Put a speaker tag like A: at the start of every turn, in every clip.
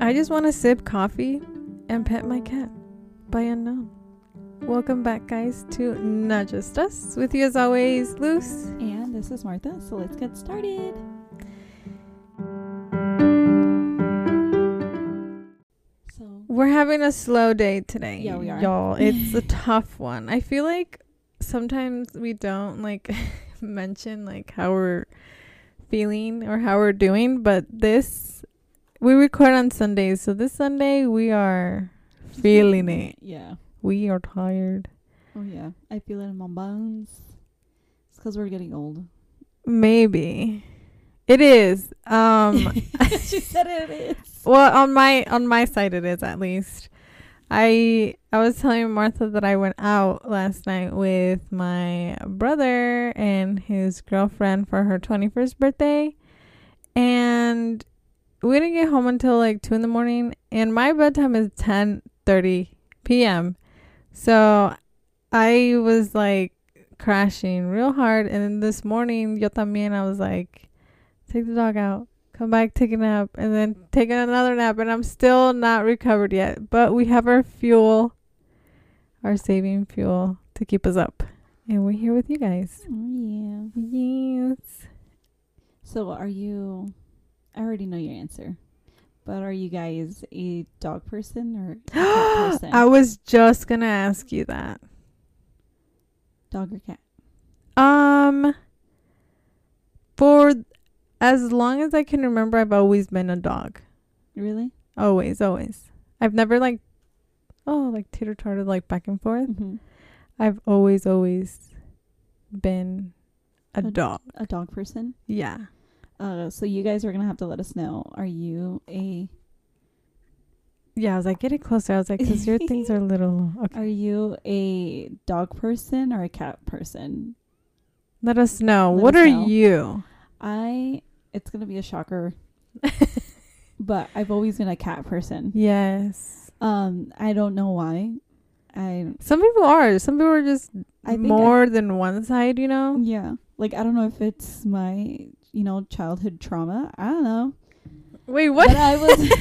A: I just want to sip coffee and pet my cat by unknown. Welcome back, guys, to Not Just Us. With you as always, Luce.
B: And this is Martha, so let's get started. So,
A: We're having a slow day today.
B: Yeah, we are.
A: Y'all, it's a tough one. I feel like sometimes we don't like mention like how we're feeling or how we're doing, but this we record on Sundays, so this Sunday we are feeling it.
B: yeah.
A: We are tired.
B: Oh, yeah. I feel it in my bones. It's because we're getting old.
A: Maybe. It is. Um
B: she said it is.
A: Well, on my on my side it is at least. I I was telling Martha that I went out last night with my brother and his girlfriend for her 21st birthday. And we didn't get home until like 2 in the morning and my bedtime is 10:30 p.m. So I was like crashing real hard and then this morning yo también I was like take the dog out come back, take a nap, and then take another nap. And I'm still not recovered yet, but we have our fuel, our saving fuel to keep us up. And we're here with you guys.
B: Oh, yeah.
A: Yes.
B: So, are you. I already know your answer. But are you guys a dog person or a cat person?
A: I was just going to ask you that.
B: dog or cat?
A: Um, for as long as I can remember, I've always been a dog.
B: Really?
A: Always, always. I've never like, oh, like teeter tottered like back and forth.
B: Mm-hmm.
A: I've always, always been a
B: A-
A: dog.
B: A dog person?
A: Yeah.
B: Uh, so you guys are gonna have to let us know. Are you a
A: Yeah, I was like, get it closer. I was like, because your things are little. Okay.
B: are you a dog person or a cat person?
A: Let us know.
B: Let
A: what
B: us
A: are
B: know.
A: you?
B: I it's gonna be a shocker, but I've always been a cat person.
A: yes.
B: Um, I don't know why. I
A: Some people are. Some people are just
B: I think I-
A: more than one side, you know?
B: yeah, like I don't know if it's my you know childhood trauma. I don't know.
A: Wait, what?
B: But I was.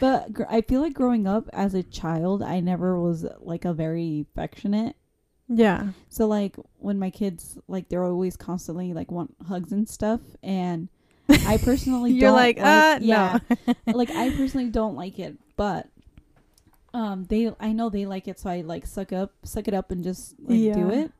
B: but gr- I feel like growing up as a child, I never was like a very affectionate
A: yeah.
B: So like when my kids like they're always constantly like want hugs and stuff and I personally
A: You're
B: don't
A: like, uh,
B: yeah, like I personally don't like it, but um they I know they like it so I like suck up suck it up and just like do
A: Yeah.
B: it.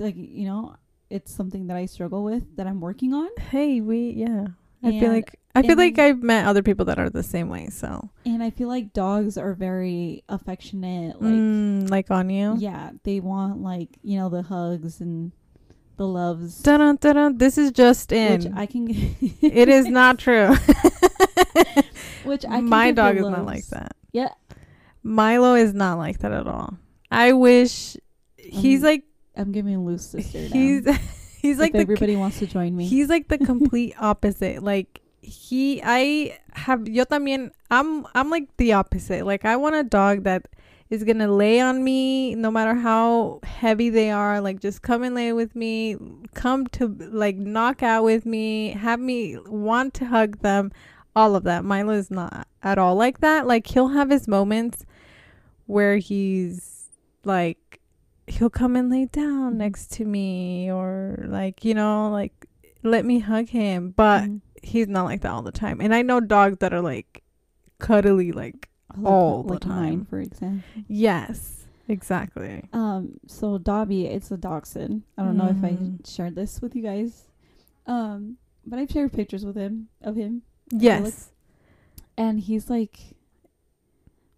B: Like you know, it's something that I struggle with that I'm working on
A: no. Hey, we, yeah. I feel
B: And-
A: like. I feel
B: and-
A: like I've met other people that are the same way. So,
B: and I feel like dogs are very affectionate like
A: like, mm, like on you,
B: yeah, they want like, you know, the hugs and the loves
A: dun, dun, dun, dun. this is just
B: which
A: in.
B: I can
A: it is not true.
B: which I can
A: my
B: give the
A: dog is not
B: lows.
A: like that.
B: Yeah.
A: Milo is not like that at all. I wish he's
B: Um,
A: like
B: I'm giving loose sister. now.
A: he's he's
B: If
A: like the
B: everybody wants to join me.
A: he's like the complete opposite. Like he I have yo también I'm I'm like the opposite. Like I want a dog that is going to lay on me no matter how heavy they are. Like just come and lay with me. Come to like knock out with me. Have me want to hug them. All of that. Milo is not at all like that. Like he'll have his moments where he's like he'll come and lay down next to me or like you know like let me hug him but
B: Mm.
A: he's not like that all the time and i know dogs that are like cuddly like
B: like,
A: all the
B: like
A: time.
B: mine, for example.
A: yes exactly
B: Um, so Dobby, it's a dachshund. I don't know if
A: Mhm.
B: I shared this with you guys, um, but I've shared pictures with him of him,
A: yes
B: and he's like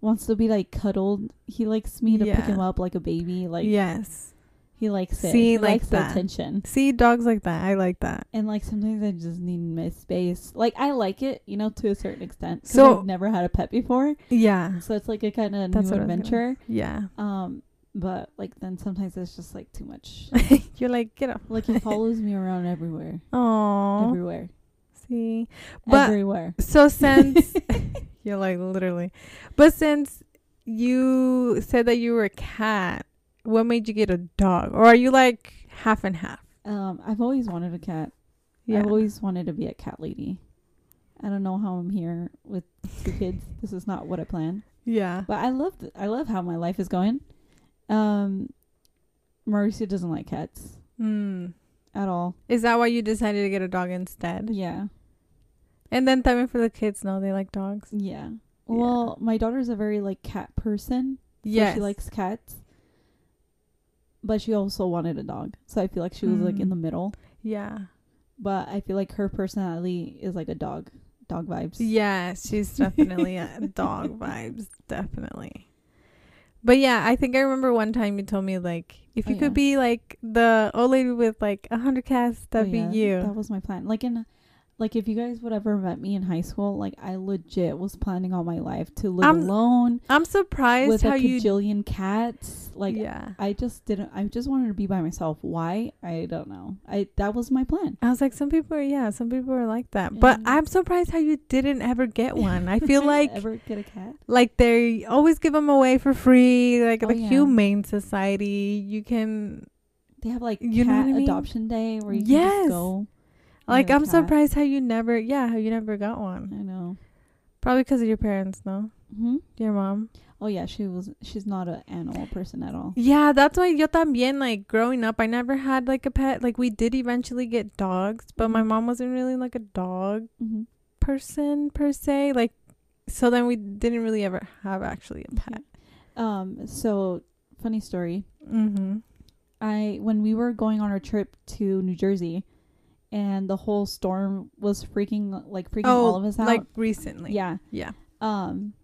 B: wants to be like cuddled. He likes me to pick
A: Yeah.
B: him up like a baby. Like
A: yes
B: he likes it.
A: See,
B: he
A: like
B: likes the
A: that.
B: attention.
A: see dogs like that i like that
B: And like sometimes I just need my space. Like I like it, you know, to a certain extent. 'cause
A: So-
B: I've never had a pet before,
A: yeah
B: so it's like a kind of
A: That's
B: new
A: what I was gonna
B: adventure.
A: yeah
B: Um, but like then sometimes it's just like too much.
A: you're like get up
B: like he follows me around everywhere,
A: oh
B: everywhere,
A: see But-
B: everywhere.
A: so since you're like literally but since you said that you were a cat what made you get a dog or are you like half and half
B: Um, I've always wanted a cat.
A: yeah
B: I've always wanted to be a cat lady. I don't know how I'm here with two kids. This is not what I planned.
A: Yeah.
B: But I love th- I love how my life is going. Um, Mauricio doesn't like cats
A: Hmm.
B: at all.
A: Is that why you decided to get a dog instead?
B: Yeah,
A: And then timing for the kids. No, they like dogs.
B: yeah. Well, my daughter's a very like cat person. so
A: yes.
B: she likes cats. But she also wanted a dog, so I feel like she was like in
A: Mm.
B: the middle.
A: yeah.
B: But I feel like her personality is like a dog, dog vibes.
A: Yeah, she's definitely a dog vibes, definitely. But yeah, I think I remember one time you told me like if
B: Oh,
A: you
B: yeah.
A: could be like the old lady with like a hundred cats,
B: Oh,
A: that'd
B: yeah,
A: be you.
B: That was my plan. Like in, like if you guys would ever met me in high school, like I legit was planning all my life to live
A: I'm-
B: alone
A: I'm surprised
B: with a
A: how you
B: cajillion cats. Like
A: yeah.
B: I just didn't. I just wanted to be by myself. Why? I don't know. I that was my plan.
A: I was like, some people are yeah, some people are like that. But
B: Yeah.
A: I'm surprised how you didn't ever get one. I feel like
B: ever get a cat?
A: like they always give them away for free. Like
B: Oh,
A: the
B: yeah.
A: humane society, you can
B: They have like
A: You know
B: cat
A: what I mean?
B: adoption day where you can
A: Yes.
B: just go. and
A: like.
B: get a
A: I'm
B: cat.
A: surprised how you never yeah how you never got one.
B: I know.
A: Probably because of your parents, no?
B: hmm
A: Your mom.
B: Oh yeah, she was. She's not an animal person at all.
A: Yeah, that's why yo también, like growing up, I never had like a pet. Like we did eventually get dogs, but my
B: Mhm.
A: mom wasn't really like a dog
B: Mm-hmm.
A: person per se. Like, so then we didn't really ever have actually a pet.
B: Um. So funny story.
A: Mm-hmm.
B: I when we were going on our trip to New Jersey, and the whole storm was freaking like freaking all of us out.
A: Oh, like recently.
B: yeah,
A: Yeah.
B: Um,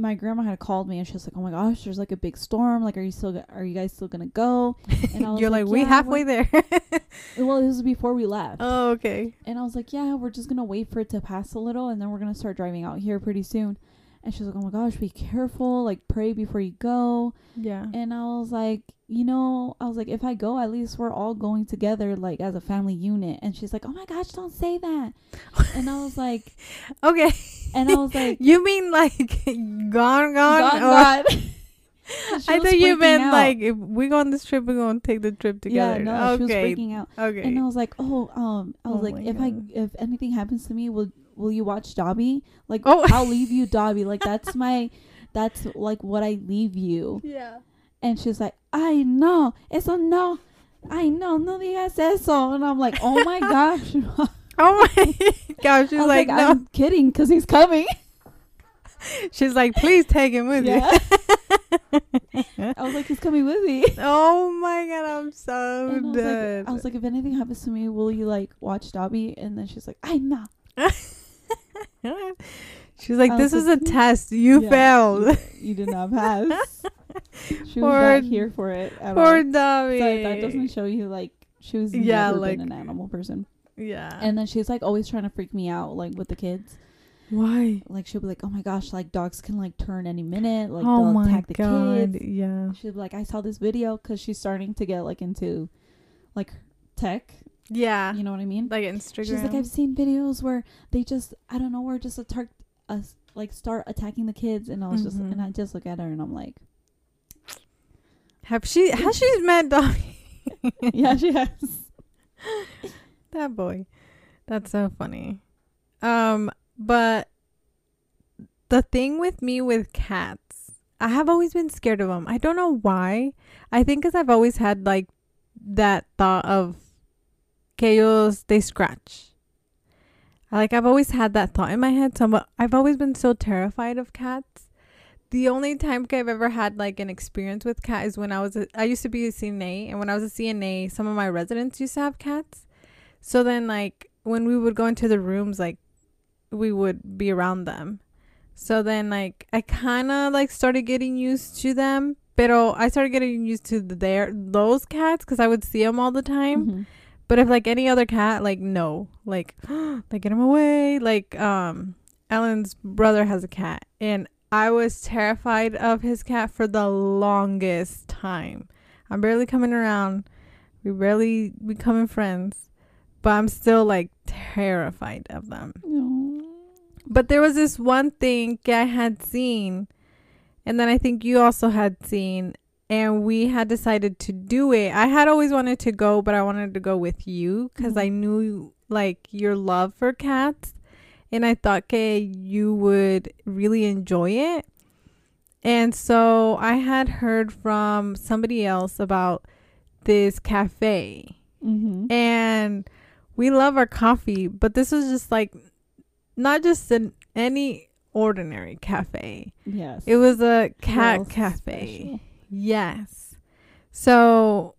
B: my grandma had called me and she was like, "Oh my gosh, there's like a big storm. Like, are you still go- are you guys still gonna go?" And I was
A: You're like, we
B: "Yeah,
A: halfway there.
B: we're-" Well, this was before we left,
A: oh, okay.
B: and I was like, "Yeah, we're just gonna wait for it to pass a little, and then we're gonna start driving out here pretty soon." And she was like, "Oh my gosh, be careful. Like, pray before you go."
A: Yeah.
B: And I was like, you know, I was like, if I go, at least we're all going together, like as a family unit. And she's like, oh my gosh, don't say that. and I was like,
A: Okay.
B: and I was like,
A: You mean like gone, gone?
B: God,
A: or-
B: God. And she
A: I
B: was
A: thought you
B: freaking
A: meant
B: out.
A: like if we go on this trip, we're gonna take the trip together.
B: Yeah, no,
A: okay.
B: she was freaking out.
A: okay.
B: And I was like, oh, um, I was
A: Oh
B: like,
A: my
B: if I,
A: God.
B: if anything happens to me, will will you watch Dobby? Like,
A: Oh.
B: I'll leave you Dobby. Like that's my, that's like what I leave you.
A: yeah.
B: And she's like, I know, eso no, I know, no digas eso. And I'm like, oh my gosh.
A: Oh my gosh, she's
B: I was
A: like, no.
B: I'm kidding because he's coming.
A: She's like, please take him with
B: Yeah.
A: you.
B: I was like, he's coming with me.
A: oh my god, I'm so
B: And I, was
A: dead.
B: like, I was like, if anything happens to me, will you like watch Dobby? And then she's like, I know.
A: She's like,
B: I
A: this
B: was
A: was a
B: like,
A: test. You
B: Yeah,
A: failed.
B: You did not pass. she was
A: Poor-
B: not here for it at
A: Poor
B: all.
A: Dobby.
B: So if that doesn't show you like she was
A: Yeah,
B: never
A: like- uh,
B: been an animal person.
A: yeah.
B: And then she's like always trying to freak me out, like with the kids.
A: why?
B: Like she'll be like, "Oh my gosh, like dogs can like turn any minute, like
A: oh
B: they'll
A: my
B: attack the
A: god.
B: kids."
A: Yeah.
B: She'll be like, "I saw this video because she's starting to get like into, like tech.
A: Yeah.
B: You know what I mean?
A: Like Instagram.
B: She's like, I've seen videos where they just, I don't know, where just attack us, like start attacking the kids, and I was just,
A: Mhm.
B: and I just look at her and I'm like,
A: Have she? Has she met Dobby?
B: yeah, she has.
A: that boy. That's so funny. Um, but the thing with me with cats, I have always been scared of them. I don't know why. I think because I've always had like that thought of que ellos they scratch. Like I've always had that thought in my head. So I'm- I've always been so terrified of cats. The only time I've ever had like an experience with cat is when I was a, I used to be a CNA, and when I was a CNA, some of my residents used to have cats. So then, like, when we would go into the rooms, like, we would be around them. So then, like, I kind of like started getting used to them, but I started getting used to their those cats because I would see them all the time.
B: Mhm.
A: But if like any other cat, like no, like like get him away. Like um, Ellen's brother has a cat, and I was terrified of his cat for the longest time. I'm barely coming around. We barely becoming friends, but I'm still like terrified of them.
B: Mm-hmm.
A: But there was this one thing I had seen, and then I think you also had seen, and we had decided to do it. I had always wanted to go, but I wanted to go with you because I knew like your love for cats and I thought que you would really enjoy it. And so I had heard from somebody else about this cafe
B: Mm-hmm.
A: and we love our coffee, but this was just like not just an any ordinary cafe.
B: yes.
A: It was a cat
B: Real
A: cafe.
B: special.
A: Yes. So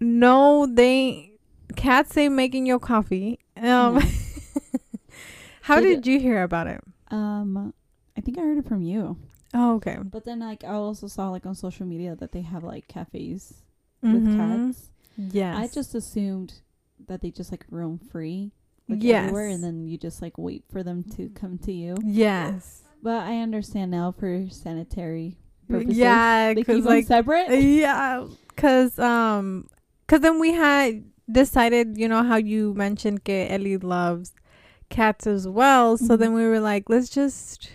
A: no, they cats ain't making your coffee. Um,
B: No.
A: how
B: Did-
A: did you hear about it?
B: Um, I think I heard it from you.
A: Oh, okay.
B: But then, like, I also saw like on social media that they have like cafes with
A: Mhm.
B: cats.
A: Yes.
B: I just assumed that they just like roam free, like
A: Yes.
B: everywhere, and then you just like wait for them to come to you.
A: yes.
B: But I understand now for sanitary purposes.
A: Yeah,
B: they keep
A: because like
B: them separate.
A: yeah, because um, because then we had decided, you know, how you mentioned que Ellie loves cats as well. So
B: Mhm.
A: then we were like, let's just.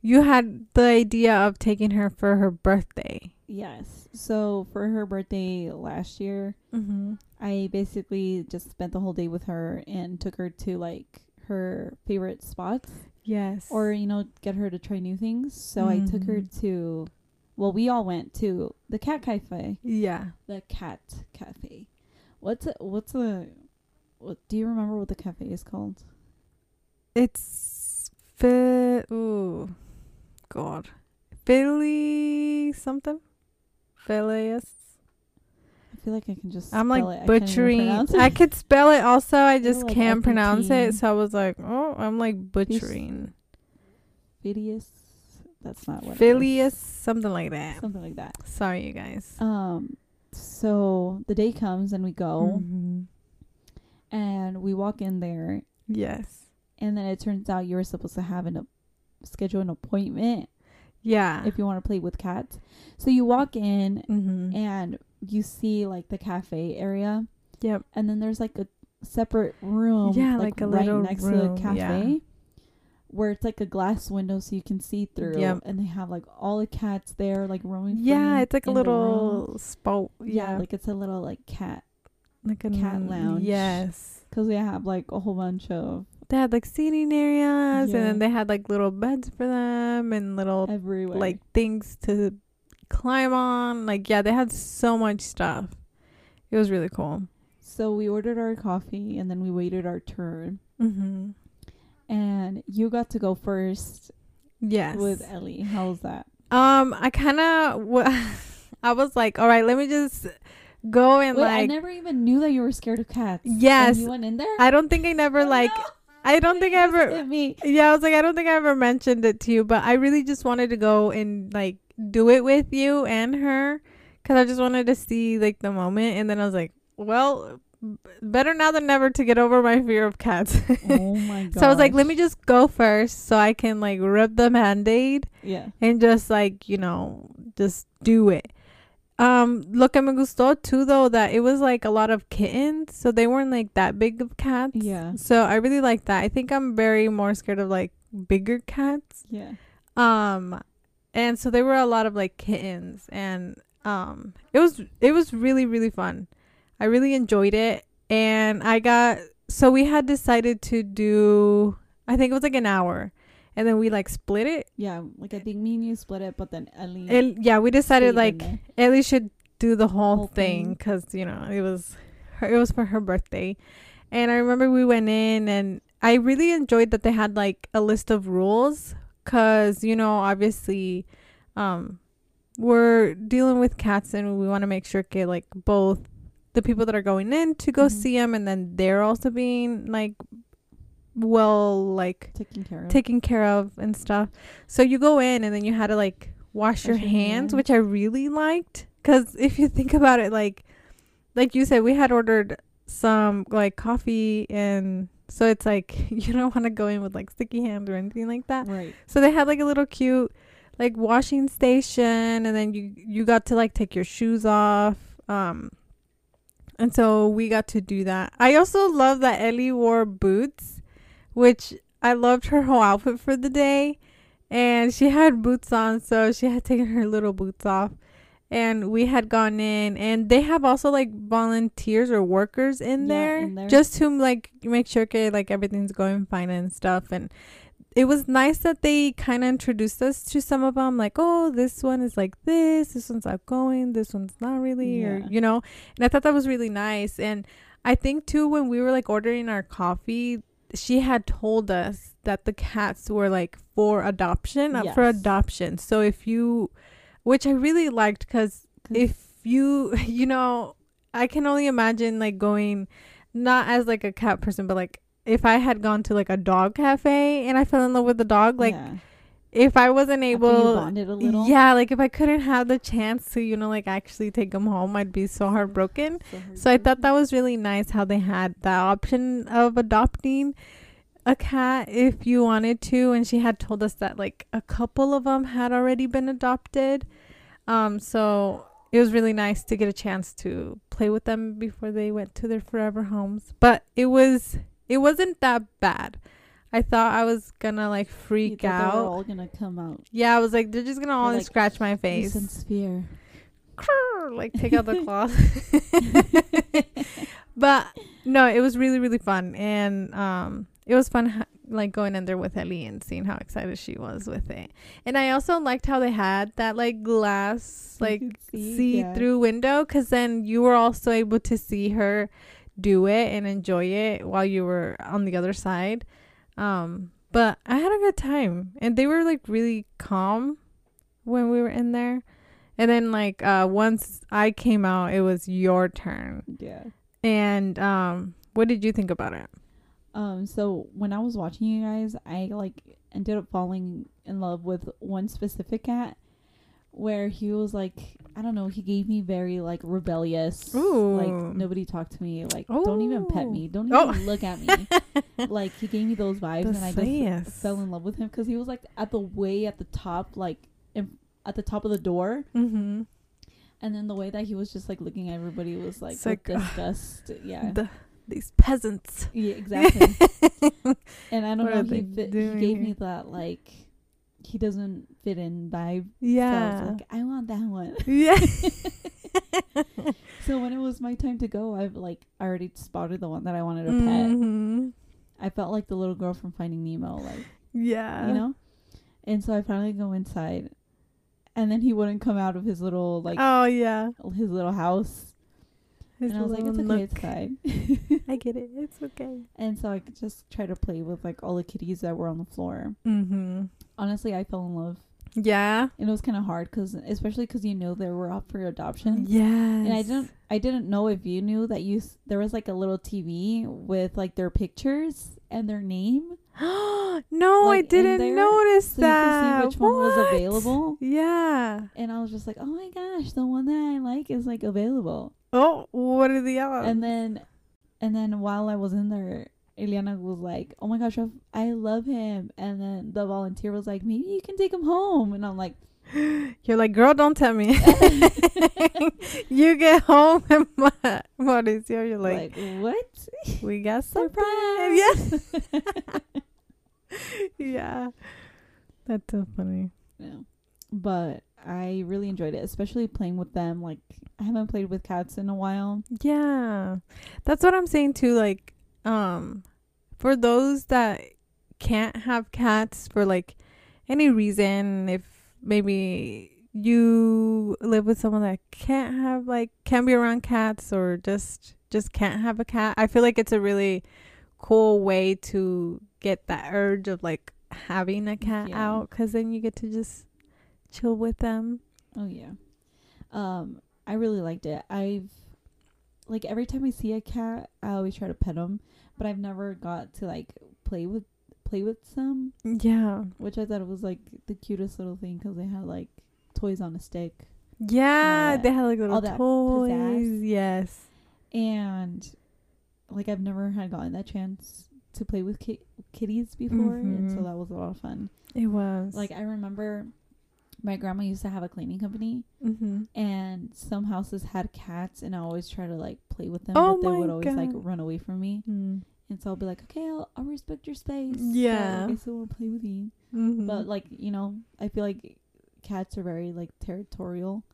A: You had the idea of taking her for her birthday.
B: Yes. So for her birthday last year,
A: Mm-hmm.
B: I basically just spent the whole day with her and took her to like her favorite spots
A: Yes.
B: or you know get her to try new things. So I took her
A: Mm-hmm.
B: to well, we all went to the cat cafe.
A: yeah.
B: The cat cafe. What's a, what's a what do you remember what the cafe is called?
A: It's fi- ooh, God, Philly something, Phileas.
B: I feel like I can just
A: I'm
B: spell it.
A: like
B: I can't even
A: butchering.
B: pronounce it.
A: I could spell it also. I just
B: like
A: can't pronounce it,
B: F-E-T.
A: so I was like, oh, I'm like butchering
B: Phileas. That's not what it is.
A: Phileas something like that.
B: Something like that.
A: Sorry, you guys.
B: Um so the day comes and we go
A: Mhm. Mm-hmm.
B: and we walk in there
A: Yes.
B: and then it turns out you were supposed to have an a schedule an appointment
A: Yeah.
B: if you want to play with cats. So you walk in
A: mm-hmm.
B: and you see like the cafe area.
A: Yep.
B: And then there's like a separate room,
A: Yeah, like a
B: right
A: little
B: next to
A: room,
B: the
A: yeah.
B: cafe, where it's like a glass window so you can see through.
A: Yep.
B: And they have like all the cats there, like roaming.
A: Yeah,
B: free
A: it's like a
B: in the room.
A: little spot.
B: Yeah,
A: Yeah,
B: like it's a little like cat
A: like a
B: cat lounge.
A: Yes.
B: because they have like a whole bunch of
A: they had like seating areas and
B: Yeah.
A: then they had like little beds for them and little
B: everywhere.
A: like things to climb on like yeah they had so much stuff it was really cool
B: so we ordered our coffee and then we waited our turn.
A: mm-hmm.
B: And you got to go first
A: yes
B: with Ellie. How was that?
A: um i kind of w- i was like all right let me just go and
B: Wait, I
A: like
B: never even knew that you were scared of cats. And
A: Yes.
B: you went in there.
A: I don't think i
B: Oh,
A: never like i don't think i ever
B: At me.
A: Yeah, I was like, I don't think I ever mentioned it to you, but I really just wanted to go and like do it with you and her because I just wanted to see like the moment. And then I was like, well, b- better now than never to get over my fear of cats.
B: Oh my god.
A: so I was like, let me just go first so I can like rip the band aid
B: Yeah.
A: and just like, you know, just do it. Um, look, me gustó too though that it was like a lot of kittens, so they weren't like that big of cats.
B: Yeah.
A: So I really like that. I think I'm very more scared of like bigger cats.
B: Yeah.
A: Um and so there were a lot of like kittens and um it was it was really really fun. I really enjoyed it and I got so we had decided to do I think it was like an hour and then we like split it.
B: Yeah. Like I think me and you split it, but then Ellie
A: And yeah, we decided
B: stayed in
A: like
B: Mm-hmm. there.
A: Ellie should do the whole,
B: Whole
A: thing
B: thing.
A: because you know it was her, it was for her birthday, and I remember we went in and I really enjoyed that they had like a list of rules because you know obviously, um, we're dealing with cats and we want to make sure que, like both the people that are going in to go
B: Mhm.
A: see 'em see them and then they're also being like well like
B: taking care of.
A: taken care of and stuff. So you go in and then you had to like wash your hands, which I really liked cuz if you think about it like like you said we had ordered some like coffee and so it's like you don't want to go in with like sticky hands or anything like that.
B: right.
A: So they had like a little cute like washing station and then you you got to like take your shoes off. Um and so we got to do that. I also love that Ellie wore boots, which I loved her whole outfit for the day. And she had boots on, so she had taken her little boots off. and we had gone in and they have also like volunteers or workers in,
B: Yeah,
A: there,
B: in there.
A: just to like make sure okay, like everything's going fine and stuff and it was nice that they kind of introduced us to some of them like oh this one is like this this one's outgoing this one's not really or
B: Yeah.
A: you know and i thought that was really nice and i think too when we were like ordering our coffee she had told us that the cats were like for adoption up for
B: Yes.
A: adoption so if you which i really liked because
B: Mm.
A: if you you know i can only imagine like going not as like a cat person but like if i had gone to like a dog cafe and i fell in love with the dog like
B: yeah.
A: if i wasn't
B: After you
A: able
B: bonded a little.
A: yeah like if i couldn't have the chance to you know like actually take them home i'd be so heartbroken so i thought that was really nice how they had the option of adopting a cat if you wanted to and she had told us that like a couple of them had already been adopted um so it was really nice to get a chance to play with them before they went to their forever homes but it was it wasn't that bad i thought i was gonna like
B: You
A: freak
B: thought They were
A: out
B: all gonna come out.
A: yeah i was like they're just gonna all
B: like,
A: scratch my
B: You
A: face
B: sense fear.
A: "Krrr," like take out the claws. but no, it was really really fun, and um, it was fun ha- like going in there with Ellie and seeing how excited she was with it. And I also liked how they had that like glass
B: You
A: like
B: could see,
A: see
B: yeah.
A: through window, because then you were also able to see her do it and enjoy it while you were on the other side. Um, but I had a good time, and they were like really calm when we were in there. And then like uh once I came out, it was your turn.
B: Yeah.
A: And um what did you think about it?
B: Um, so when I was watching you guys, I like ended up falling in love with one specific cat where he was like I don't know, he gave me very like rebellious
A: Ooh.
B: like nobody talk to me, like don't even pet
A: Ooh.
B: me, don't even
A: Oh.
B: look at me. like he gave me those vibes
A: The
B: and I just
A: slayest.
B: fell in love with him cuz he was like at the way at the top like in, at the top of the door
A: Mm-hmm.
B: and then the way that he was just like looking at everybody was like,
A: It's
B: with
A: like, ugh,
B: disgust. Yeah.
A: The, these peasants.
B: Yeah, exactly. and I don't
A: What are
B: know. He,
A: they
B: fit, he
A: doing
B: gave
A: here?
B: me that like he doesn't fit in vibe. So I was
A: Yeah.
B: like, I want that one.
A: yeah.
B: so when it was my time to go, I've like already spotted the one that I wanted to pet.
A: hmm
B: I felt like the little girl from Finding Nemo, like
A: Yeah.
B: you know. And so I finally go inside, and then he wouldn't come out of his little like
A: oh yeah.
B: his little house.
A: His
B: and I was like,
A: little
B: it's okay,
A: nook.
B: it's fine.
A: I get it. It's okay.
B: And so I could just try to play with like all the kitties that were on the floor.
A: Mm-hmm.
B: Honestly, I fell in love
A: Yeah.
B: and it was kind of hard because especially because you know they were up for adoption
A: Yes.
B: and i didn't i didn't know if you knew that you s- there was like a little tv with like their pictures and their name
A: no, I
B: like, in there,
A: didn't notice
B: so
A: that.
B: you could see which one was
A: What?
B: available
A: Yeah.
B: and i was just like oh my gosh the one that i like is like available
A: Oh, what are the odds?
B: and then and then while i was in there Eliana was like, "Oh my gosh, I, I love him!" And then the volunteer was like, "Maybe you can take him home." And I'm like,
A: You're like, girl, don't tell me. you get home and my what is your? You're like,
B: "Like, what?
A: we got some.
B: Surprise!"
A: Yes. yeah. That's so funny.
B: No. But I really enjoyed it, especially playing with them. Like I haven't played with cats in a while.
A: Yeah. That's what I'm saying too. Like, um, for those that can't have cats for like any reason, if maybe you live with someone that can't have like can't be around cats or just just can't have a cat, I feel like it's a really cool way to get that urge of like having a cat out 'cause
B: Yeah.
A: out because then you get to just chill with them.
B: Oh yeah. Um, I really liked it. I've like every time I see a cat, I always try to pet them, but I've never got to like play with play with some,
A: Yeah.
B: which I thought was like the cutest little thing because they had like toys on a stick,
A: Yeah,
B: that-
A: they had like little
B: all that
A: toys.
B: pizzazz.
A: Yes.
B: and like I've never had gotten that chance to play with ki- kitties before, and so
A: Mhm.
B: that was a lot of fun.
A: It was
B: Like I remember my grandma used to have a cleaning company
A: mm-hmm.
B: and some houses had cats and I always try to like play with them
A: Oh
B: but they
A: my
B: would always like
A: God.
B: run away from me.
A: mm-hmm.
B: And so I'll be like, Okay, I'll, I'll respect your space. but,
A: Yeah.
B: Like, I still wanna play with you.
A: Mm-hmm.
B: But like, you know, I feel like cats are very like territorial.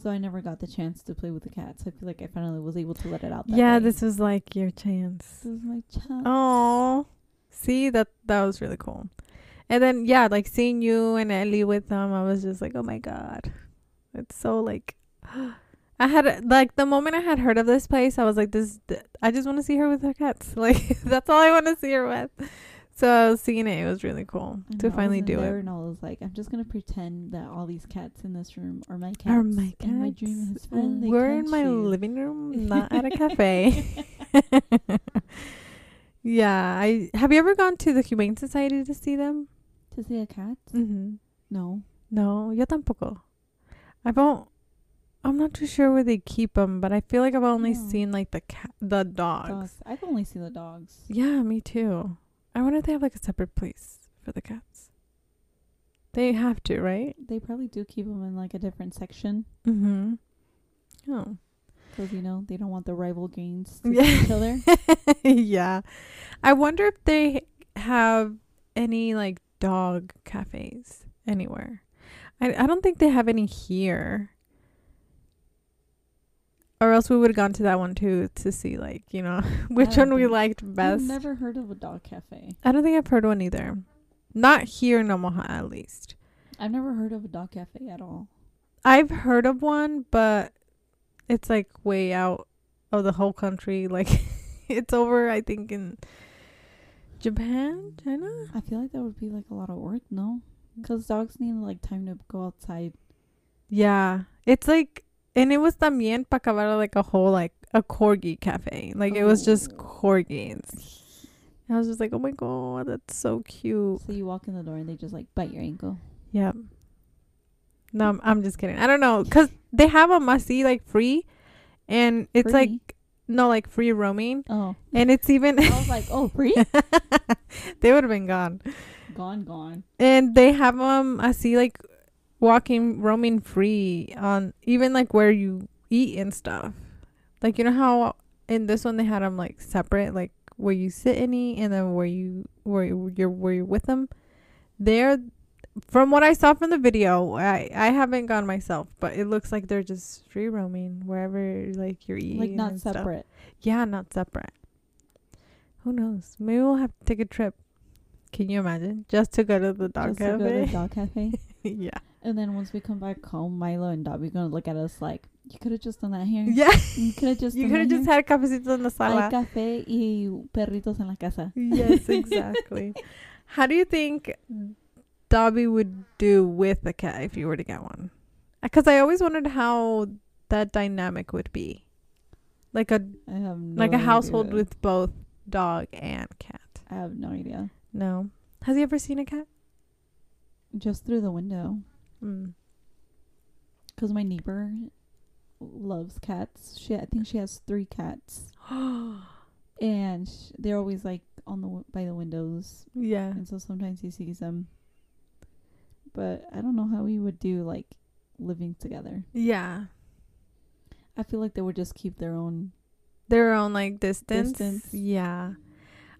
B: So I never got the chance to play with the cats. I feel like I finally was able to let it out. That
A: yeah,
B: day.
A: this was like your chance.
B: This is my chance.
A: Oh, see that that was really cool. And then yeah, like seeing you and Ellie with them, I was just like, oh my god, it's so like. I had like the moment I had heard of this place, I was like, this. th- I just want to see her with her cats. Like that's all I want to see her with. So seeing it, it was really cool
B: I
A: to
B: know, I
A: finally
B: wasn't
A: do
B: there
A: it.
B: And I was like, I'm just gonna pretend that all these cats in this room are my cats.
A: Are my cats?
B: And my dream is finally
A: We're in my
B: come true.
A: living room, not at a cafe. yeah, I have you ever gone to the Humane Society to see them?
B: to see a cat?
A: Mm-hmm.
B: No.
A: No, yo tampoco. I don't. I'm not too sure where they keep them, but I feel like I've only
B: No.
A: seen like the ca- the Oh. dogs.
B: Dogs. I've only seen the dogs.
A: Yeah, me too. I wonder if they have like a separate place for the cats. They have to, right?
B: They probably do keep them in like a different section
A: Mm-hmm. Oh.
B: because you know they don't want the rival gangs to
A: Yeah.
B: see each other.
A: yeah. I wonder if they have any like dog cafes anywhere. I I don't think they have any here. Or else we would have gone to that one too to see like, you know, which
B: don't
A: one we
B: think-
A: liked best.
B: I've never heard of a dog cafe.
A: I don't think I've heard one either. Not here in Omaha at least.
B: I've never heard of a dog cafe at all.
A: I've heard of one, but it's like way out of the whole country. Like it's over I think in Japan, China?
B: I feel like that would be like a lot of work, no? Because dogs need like time to go outside.
A: Yeah, it's like, and it was también para acabar like a whole like a corgi cafe. Like it was just
B: Oh.
A: corgis. I was just like, oh my god, that's so cute.
B: So you walk in the door and they just like bite your ankle.
A: Yep. No, I'm, I'm just kidding. I don't know, cause they have a masi like free, and it's
B: Free?
A: like no like free roaming,
B: Oh,
A: and it's even
B: I was like, oh, free,
A: they would have been gone.
B: gone, gone.
A: and they have um I see like walking roaming free on even like where you eat and stuff. Like you know how in this one they had them like separate, like where you sit and eat, and then where you where you- you're where you're with them. They're from what I saw from the video, I I haven't gone myself, but it looks like they're just free roaming wherever like you're eating,
B: Like not
A: and stuff.
B: separate.
A: Yeah, not separate. Who knows? Maybe we'll have to take a trip. Can you imagine? Just to go to the dog
B: just to go to
A: cafe?
B: the dog cafe.
A: yeah.
B: and then once we come back home, Milo and Dobby gonna look at us like, you could have just uh, done that here.
A: Yeah.
B: You could have just.
A: you
B: done
A: could have
B: that
A: just
B: here.
A: had cafecito en la
B: Hay
A: sala.
B: café y perritos en la casa.
A: yes, exactly. How do you think Dobby would do with a cat if you were to get one? Because I always wondered how that dynamic would be. Like a
B: I have no
A: like a
B: idea.
A: household with both dog and cat.
B: I have no idea.
A: No. Has he ever seen a cat?
B: Just through the window.
A: Mm.
B: Because my neighbor loves cats. She, I think she has three cats, and sh- they're always like on the w- by the windows,
A: yeah.
B: and so sometimes he sees them. But I don't know how we would do like living together.
A: Yeah.
B: I feel like they would just keep their own.
A: Their own like distance.
B: Distance.
A: Yeah.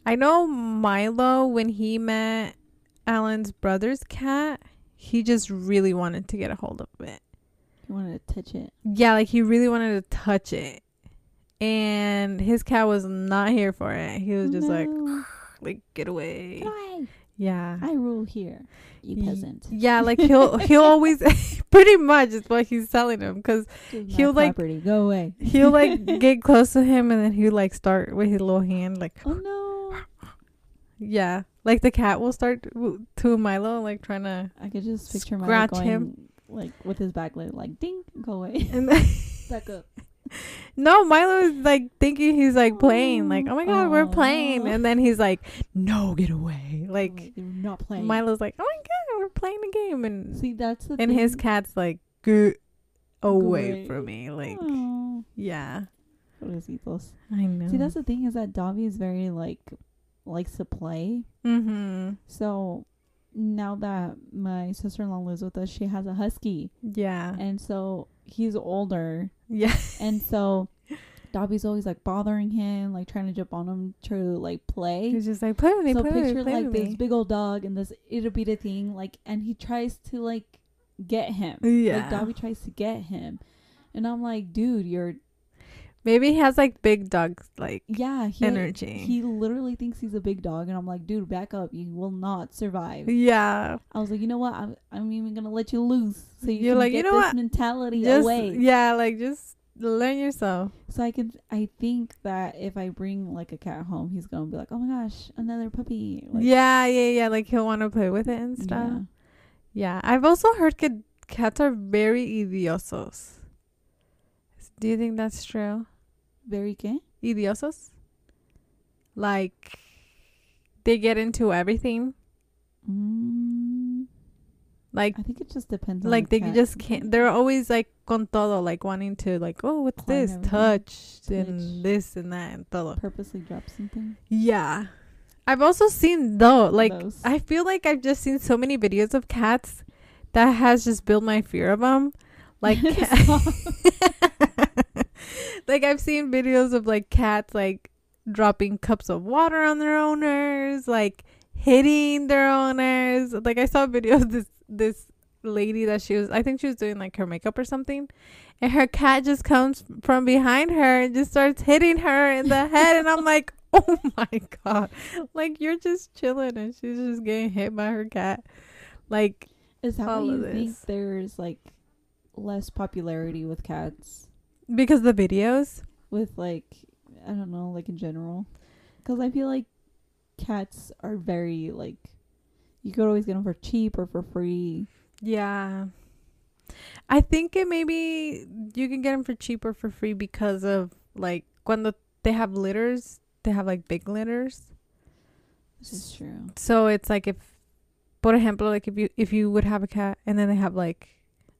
A: I know Milo when he met Alan's brother's cat, he just really wanted to get a hold of it.
B: He wanted to touch it.
A: Yeah, like he really wanted to touch it. And his cat was not here for it. He was just like
B: No.
A: like get away.
B: Get away.
A: Yeah.
B: I rule here, you
A: Ye-
B: peasant.
A: Yeah, like he'll he'll always pretty much is what he's telling him cuz
B: This is my
A: he'll, like-
B: property. go away.
A: he'll like get close to him and then he'll like start with his little hand like
B: Oh no!
A: Yeah, like the cat will start w- to Milo, like trying to,
B: I could just picture my
A: Scratch
B: going,
A: him.
B: like with his back leg, like ding, go away,
A: and then-
B: back up.
A: no, Milo is like thinking he's like playing, like oh my god, we're playing,
B: Aw.
A: and then he's like, no, get away, like
B: you're not playing.
A: Milo's like, oh my god, we're playing the game, and
B: See, that's the
A: and his
B: thing.
A: cat's like, get away
B: Great.
A: from me, like
B: Aw.
A: yeah,
B: Pobrecitos.
A: I know.
B: See, that's the thing is that Dobby is very like likes to play.
A: mm-hmm.
B: So now that my sister in law lives with us, she has a husky,
A: Yeah,
B: and so he's older,
A: yeah,
B: and so. Dobby's always like bothering him, like trying to jump on him to like play.
A: he's just like, play with me,
B: so
A: play with me,
B: picture
A: play
B: like
A: with
B: this
A: me.
B: big old dog and this it'll be the thing like and he tries to like get him
A: yeah,
B: like dobby tries to get him And I'm like, dude, you're
A: Maybe he has like big dog like
B: yeah, he like-
A: energy.
B: he literally thinks he's a big dog, and I'm like, dude, back up. You will not survive.
A: yeah.
B: I was like, you know what? I'm, I'm even gonna let you loose, so you
A: You're
B: can
A: like,
B: get
A: you know
B: this
A: what?
B: mentality
A: Just
B: away.
A: yeah, like just learn yourself.
B: So I could, I think that if I bring like a cat home, he's gonna be like, oh my gosh, another puppy. Like,
A: yeah, yeah, yeah. Like he'll want to play with it and stuff.
B: yeah.
A: Yeah, I've also heard ca- cats are very idiosos. Do you think that's true?
B: Very good.
A: Idiosos? Like they get into everything.
B: Mm,
A: Like
B: I think it just depends. on
A: like
B: the
A: they
B: cat.
A: just can't. They're always like con todo, like wanting to like oh what's
B: Climb
A: this
B: everything.
A: touch
B: Touch.
A: and this and that and todo.
B: purposely drop something.
A: Yeah. I've also seen though, like
B: Those.
A: I feel like I've just seen so many videos of cats that has just built my fear of them. Like ca- Like I've seen videos of like cats like dropping cups of water on their owners, like hitting their owners. Like I saw a video of this this lady that she was I think she was doing like her makeup or something and her cat just comes from behind her and just starts hitting her in the head and I'm like oh my god like you're just chilling and she's just getting hit by her cat like
B: Is that
A: all
B: why
A: of
B: you think
A: this.
B: there's like less popularity with cats?
A: because the videos
B: With like I don't know, like in general, because I feel like cats are very like you could always get them for cheap or for free.
A: yeah I think it maybe you can get them for cheap or for free because of like when they have litters they have like big litters
B: This is true.
A: so it's like if por ejemplo like if you if you would have a cat and then they have like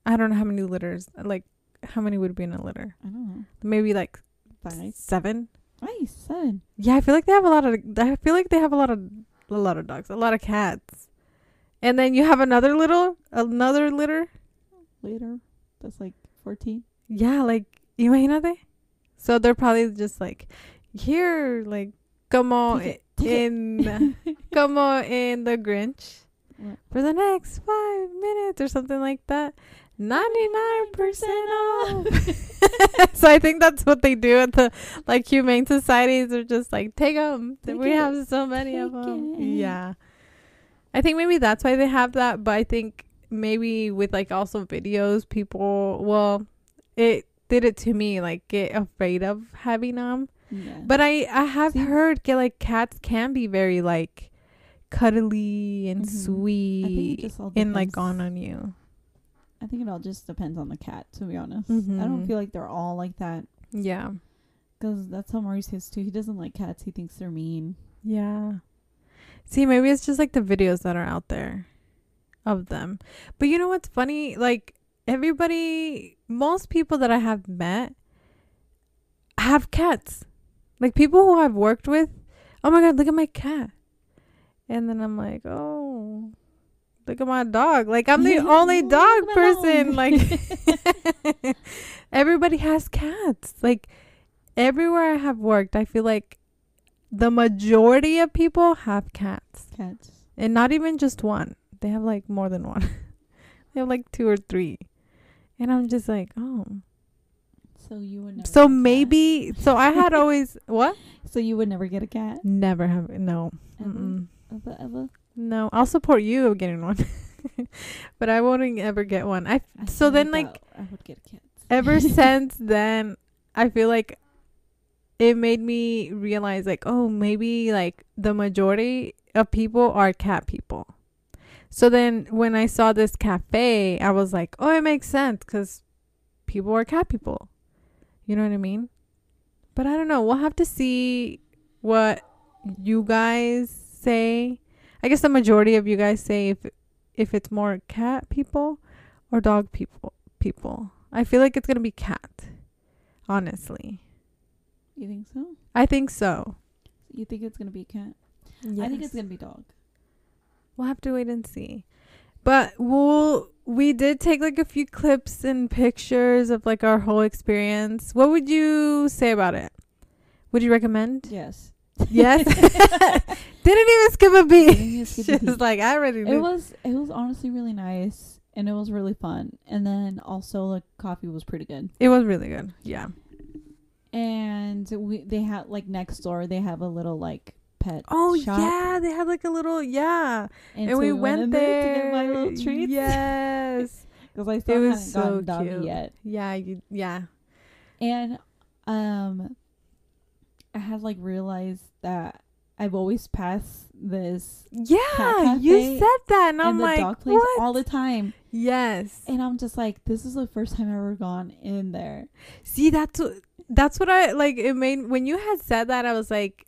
A: i don't know how many litters like how many would be in a litter
B: I don't know.
A: maybe like
B: Five,
A: seven
B: five, seven.
A: yeah i feel like they have a lot of i feel like they have a lot of a lot of dogs a lot of cats and then you have another little another litter
B: Later, that's like fourteen.
A: yeah like imagínate so they're probably just like here like como
B: Take
A: in como in the grinch
B: What?
A: for the next five minutes or something like that. 99% off. so I think that's what they do at the like humane societies. They're just like, take them.
B: Take
A: we
B: it.
A: have so many of
B: Take
A: them.
B: it.
A: Yeah. I think maybe that's why they have that. But I think maybe with like also videos, people, well, it did it to me, like get afraid of having them.
B: Yeah.
A: But I I have
B: See?
A: heard get like cats can be very like cuddly and
B: Mhm. I think it
A: sweet
B: just all
A: and like
B: depends.
A: gone on you.
B: I think it all just depends on the cat, to be honest. I
A: Mhm.
B: don't feel like they're all like that.
A: Yeah.
B: Because that's how Maurice too. He doesn't like cats. He thinks they're mean.
A: Yeah. See, maybe it's just like the videos that are out there of them. But you know what's funny? Like everybody most people that I have met have cats. Like people who I've worked with, oh my god, look at my cat. And then I'm like, oh, look at my dog. Like I'm the only
B: Oh, look
A: dog
B: at my
A: person.
B: dog.
A: Like everybody has cats. Like everywhere I have worked, I feel like the majority of people have cats,
B: Cats.
A: and not even just one. They have like more than one. they have like two or three. And I'm just like, oh.
B: So you would never. get a
A: So
B: cat.
A: maybe. So I had always what?
B: So you would never get a cat.
A: Never have. No.
B: Ever?
A: Mm-mm.
B: Ever, ever.
A: No, I'll support you of getting one, but I won't ever get one. I
B: I
A: So
B: feel
A: then,
B: that
A: like,
B: I would get a cat.
A: ever since then, I feel like it made me realize like, oh, maybe like the majority of people are cat people. So then when I saw this cafe, I was like, oh, it makes sense because people are cat people. You know what I mean? But I don't know. We'll have to see what you guys say. I guess the majority of you guys say if if it's more cat people or dog people people. I feel like it's gonna be cat. Honestly,
B: You think so?
A: I think so.
B: You think it's gonna be a cat? I think it's gonna be dog.
A: We'll have to wait and see. But we'll we did take like a few clips and pictures of like our whole experience. What would you say about it? Would you recommend?
B: Yes.
A: yes. Didn't even skip a beat.
B: Didn't even skip a
A: She
B: beat.
A: was like, I already
B: It
A: knew.
B: was. It was honestly really nice. and it was really fun. And then also the coffee was pretty good.
A: It was really good. Yeah.
B: And we they had like next door they have a little like pet
A: Oh
B: shop.
A: yeah, they had like a little yeah, and,
B: so
A: we,
B: went,
A: went,
B: in
A: there
B: to get my little treats.
A: Yes.
B: because I still
A: was
B: haven't
A: so
B: gotten doggy
A: cute.
B: yet.
A: yeah. You, yeah.
B: And um I had like realized that I've always passed this
A: Yeah.
B: Cat
A: You
B: cafe
A: said that, and, I'm
B: and the
A: like,
B: dog place
A: what?
B: all the time.
A: yes.
B: And I'm just like, this is the first time I've ever gone in there.
A: See, that's what that's what I like. It made when you had said that, I was like,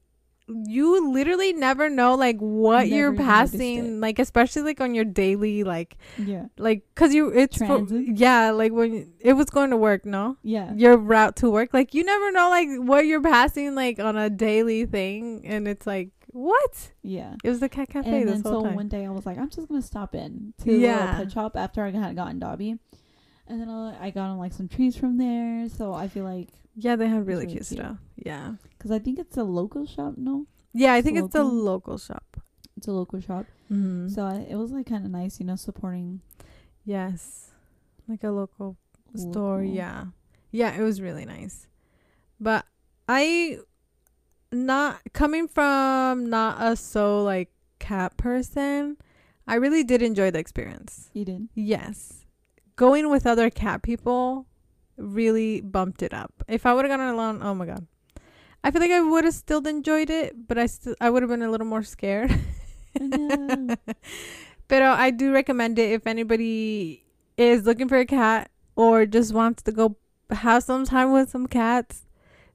A: you literally never know like what you're
B: Never noticed
A: passing,
B: it.
A: like especially like on your daily like
B: Yeah.
A: like because you it's for-
B: Transit?
A: yeah like when it was going to work, no,
B: Yeah.
A: your route to work, like you never know like what you're passing like on a daily thing, and it's like what
B: Yeah.
A: it was the cat cafe
B: And
A: this
B: then so
A: whole time.
B: one day I was like, I'm just gonna stop in to
A: Yeah.
B: yeah. pet shop after I had gotten Dobby. And then I I got him like some trees from there. So I feel like
A: yeah, they had
B: was
A: really
B: really
A: cute,
B: cute.
A: stuff. Yeah,
B: because I think it's a local shop. No,
A: yeah, I
B: It's
A: think it's a
B: local?
A: local shop.
B: it's a local shop.
A: Mm-hmm.
B: So I, it was like kind of nice, you know, supporting
A: Yes. Like a local store,
B: local.
A: yeah. Yeah, it was really nice. But I not coming from not a so like cat person, I really did enjoy the experience.
B: You did.
A: Yes. Going with other cat people really bumped it up. If I would have gone alone, oh my god. I feel like I would have still enjoyed it, but I still I would have been a little more scared.
B: I know.
A: But I do recommend it if anybody is looking for a cat or just wants to go have some time with some cats.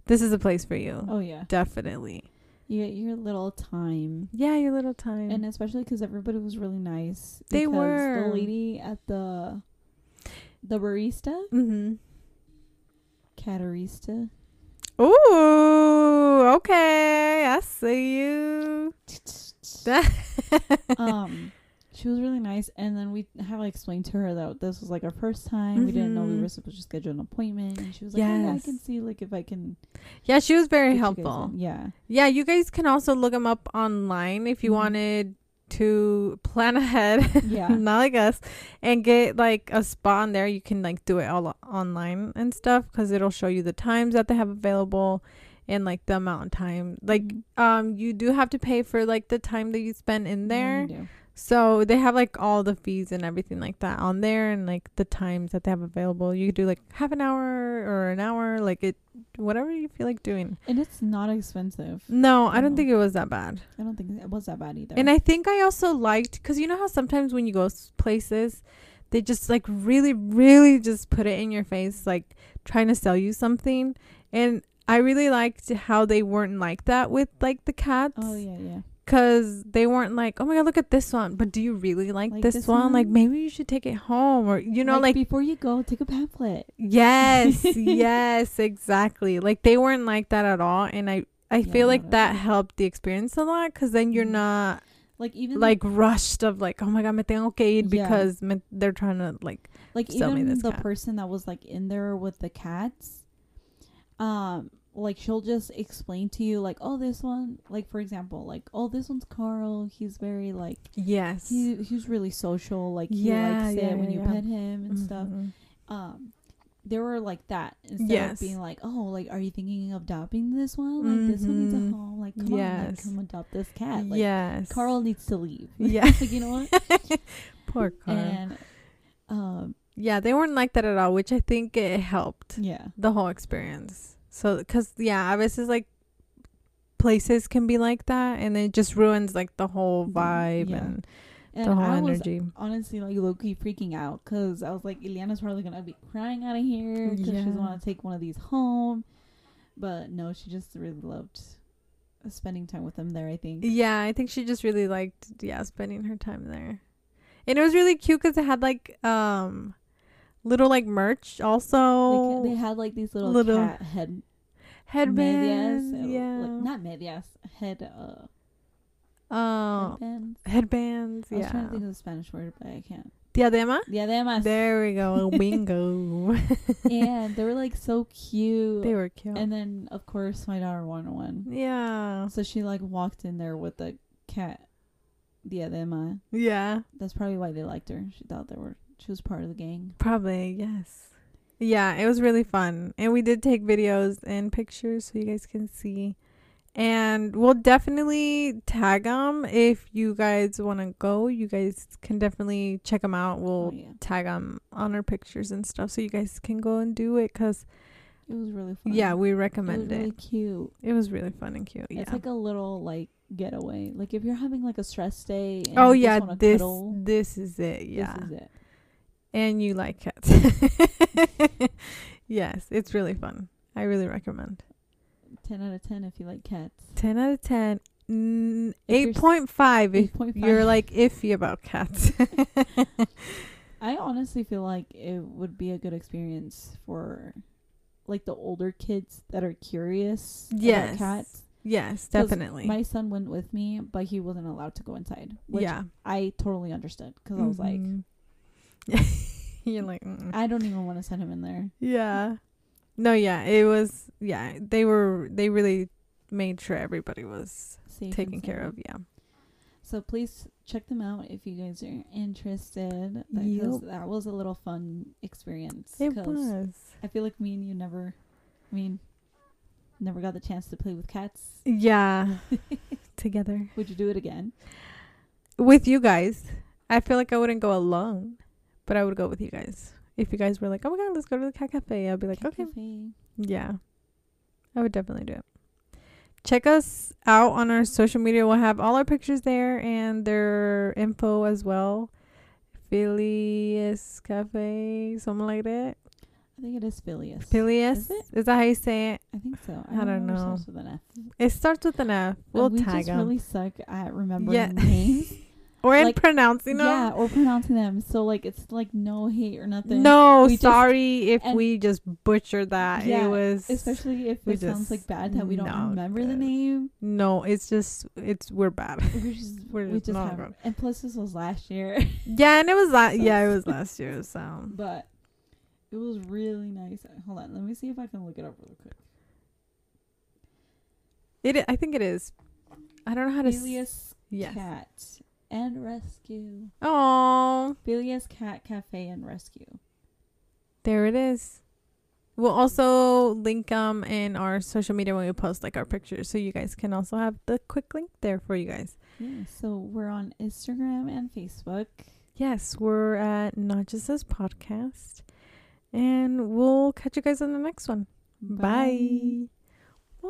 A: This is a place for you.
B: oh yeah,
A: Definitely.
B: you get your little time,
A: Yeah, your little time.
B: and especially because everybody was really nice.
A: They
B: because
A: were.
B: the lady at the the barista,
A: mm-hmm.
B: catarista.
A: Ooh, okay. I see you.
B: um, she was really nice, and then we had like explained to her that this was like our first time. We didn't know we
A: Mhm.
B: were supposed to schedule an appointment, and she was like, "Oh, "Yeah, I
A: Yes.
B: can see like if I can."
A: yeah, she was very
B: get you guys
A: helpful.
B: in." Yeah,
A: Yeah, you guys can also look them up online if you
B: Mhm.
A: wanted to plan ahead.
B: Yeah.
A: Not like us. And get like a spot on there. You can like do it all online and stuff because it'll show you the times that they have available and like the amount of time. Like,
B: Mhm.
A: um, you do have to pay for like the time that you spend in
B: Yeah,
A: there.
B: you do.
A: So they have like all the fees and everything like that on there and like the times that they have available. You could do like half an hour or an hour, like it, whatever you feel like doing.
B: and it's not expensive.
A: No, I don't
B: No.
A: think it was that bad.
B: I don't think it was that bad either.
A: And I think I also liked because you know how sometimes when you go s- places, they just like really, really just put it in your face, like trying to sell you something. And I really liked how they weren't like that with like the cats
B: oh yeah, yeah.
A: because they weren't like, oh my god, look at this one, but do you really like,
B: Like
A: this,
B: this
A: one? Like
B: one?
A: maybe you should take it home, or you know, like,
B: before you go, take a pamphlet.
A: yes, yes, exactly. Like they weren't like that at all, and I. I
B: Yeah,
A: feel like
B: not at
A: that helped the experience a lot because then you're
B: Mhm.
A: not
B: Like even
A: like rushed of like oh my god me tengo que ir
B: Mm-hmm. Yeah.
A: because me, they're trying to like
B: like
A: sell me
B: even
A: this
B: the
A: cat.
B: person that was like in there with the cats, um, like she'll just explain to you like, oh, this one, like for example, like oh, this one's Carl. He's very like
A: yes
B: he he's really social. Like he
A: Yeah,
B: likes
A: yeah,
B: it when
A: yeah,
B: you
A: yeah.
B: pet him and stuff.
A: Mhm.
B: Um. They were like that instead
A: Yes.
B: of being like, "Oh, like, are you thinking of adopting this one? Like, this one needs
A: Mhm.
B: a home. Like, come on, like,
A: Yes.
B: come adopt this cat. Like,
A: yes
B: Carl needs to leave.
A: yeah
B: like, you know what?
A: poor Carl
B: And um,
A: yeah they weren't like that at all which I think it helped
B: yeah,
A: the whole experience so because yeah a veces like places can be like that and it just ruins like the whole
B: Mhm,
A: vibe
B: yeah.
A: and,
B: and
A: the whole
B: I was
A: energy
B: honestly like low key freaking out because I was like, Ileana's probably gonna be crying out of here because she
A: Yeah.
B: doesn't want to take one of these home. But no, she just really loved spending time with them there. I think.
A: Yeah, I think she just really liked yeah spending her time there, and it was really cute because it had like um little like merch also
B: They, ca- they had like these little,
A: Little
B: cat head
A: headbands
B: medias, uh,
A: yeah
B: like, not medias, head uh,
A: um
B: headbands.
A: headbands
B: I was trying
A: yeah
B: to think of the Spanish word, but I can't.
A: diadema
B: Diademas.
A: there we go bingo
B: and they were like so cute.
A: they were cute
B: And then of course my daughter wanted one.
A: yeah
B: So she like walked in there with the cat diadema.
A: yeah
B: That's probably why they liked her. She thought they were She was part of the gang.
A: Probably, yes. Yeah, it was really fun. And we did take videos and pictures so you guys can see. And we'll definitely tag them if you guys want to go. You guys can definitely check them out. We'll
B: Oh, yeah.
A: tag them on our pictures and stuff so you guys can go and do it because,
B: It was really fun.
A: yeah, we
B: it was
A: recommend it.
B: really cute.
A: It was really fun and cute.
B: It's
A: Yeah.
B: like a little like getaway. Like if you're having like a stress day. And
A: Oh
B: you
A: yeah,
B: just wanna
A: this
B: cuddle,
A: this is it. Yeah.
B: This is it.
A: and you like cats. yes, it's really fun. I really recommend.
B: Ten out of ten if you like cats.
A: 10 out of 10. Mm,
B: If you're s-
A: 8.5 if
B: 8.5.
A: you're like iffy about cats.
B: I honestly feel like it would be a good experience for like the older kids that are curious
A: Yes,
B: about cats.
A: yes,
B: 'Cause
A: definitely.
B: My son went with me, but he wasn't allowed to go inside, which
A: yeah.
B: I totally understood because I was like,
A: Mhm. you're like mm.
B: I don't even want to send him in there.
A: Yeah. No, yeah, it was yeah, they were they really made sure everybody was
B: Safe and
A: taken care
B: sound.
A: of, yeah.
B: So please check them out if you guys are interested.
A: Yep.
B: Because that was a little fun experience.
A: It
B: 'cause
A: was.
B: I feel like me and you never, I mean, never got the chance to play with cats.
A: Yeah. Together.
B: Would you do it again?
A: with you guys. I feel like I wouldn't go alone, but I would go with you guys. If you guys were like, "Oh my god, let's go to the cat cafe," I'd be like,
B: Cat
A: "Okay,
B: cafe.
A: yeah, I would definitely do it." Check us out on our social media. We'll have all our pictures there and their info as well. Phileas Cafe, something like that.
B: I think it is Phileas.
A: Phileas,
B: Is it?
A: that how you say it?
B: I think so.
A: I don't
B: remember it
A: know.
B: starts with an F.
A: It starts with an F. We'll
B: we
A: tag
B: just
A: them
B: really suck at remembering
A: Yeah.
B: names.
A: or in
B: like-
A: pronouncing them.
B: Yeah, or pronouncing them. So like it's like no hate or nothing.
A: No,
B: We just-
A: sorry if
B: and-
A: we just butchered that.
B: Yeah,
A: it was
B: Especially if
A: We
B: it sounds like
A: just-
B: bad that we don't
A: no,
B: remember the
A: good.
B: name.
A: no. It's just it's we're bad.
B: We're just,
A: We're
B: we
A: just
B: just
A: not
B: have,
A: good.
B: and plus this was last year,
A: yeah, and it was last. Yeah, it was last year. So
B: but it was really nice. Hold on, let me see if I can look it up real quick.
A: it. I think it is. I don't know how to. s-
B: Phileas
A: Yes.
B: Cat and Rescue.
A: Oh,
B: Phileas Cat Cafe and Rescue.
A: there it is. We'll also link them in our social media when we post like our pictures, so you guys can also have the quick link there for you guys.
B: Yeah, so we're on Instagram and Facebook.
A: Yes, we're at Not Just Us Podcast, and we'll catch you guys on the next one. Bye.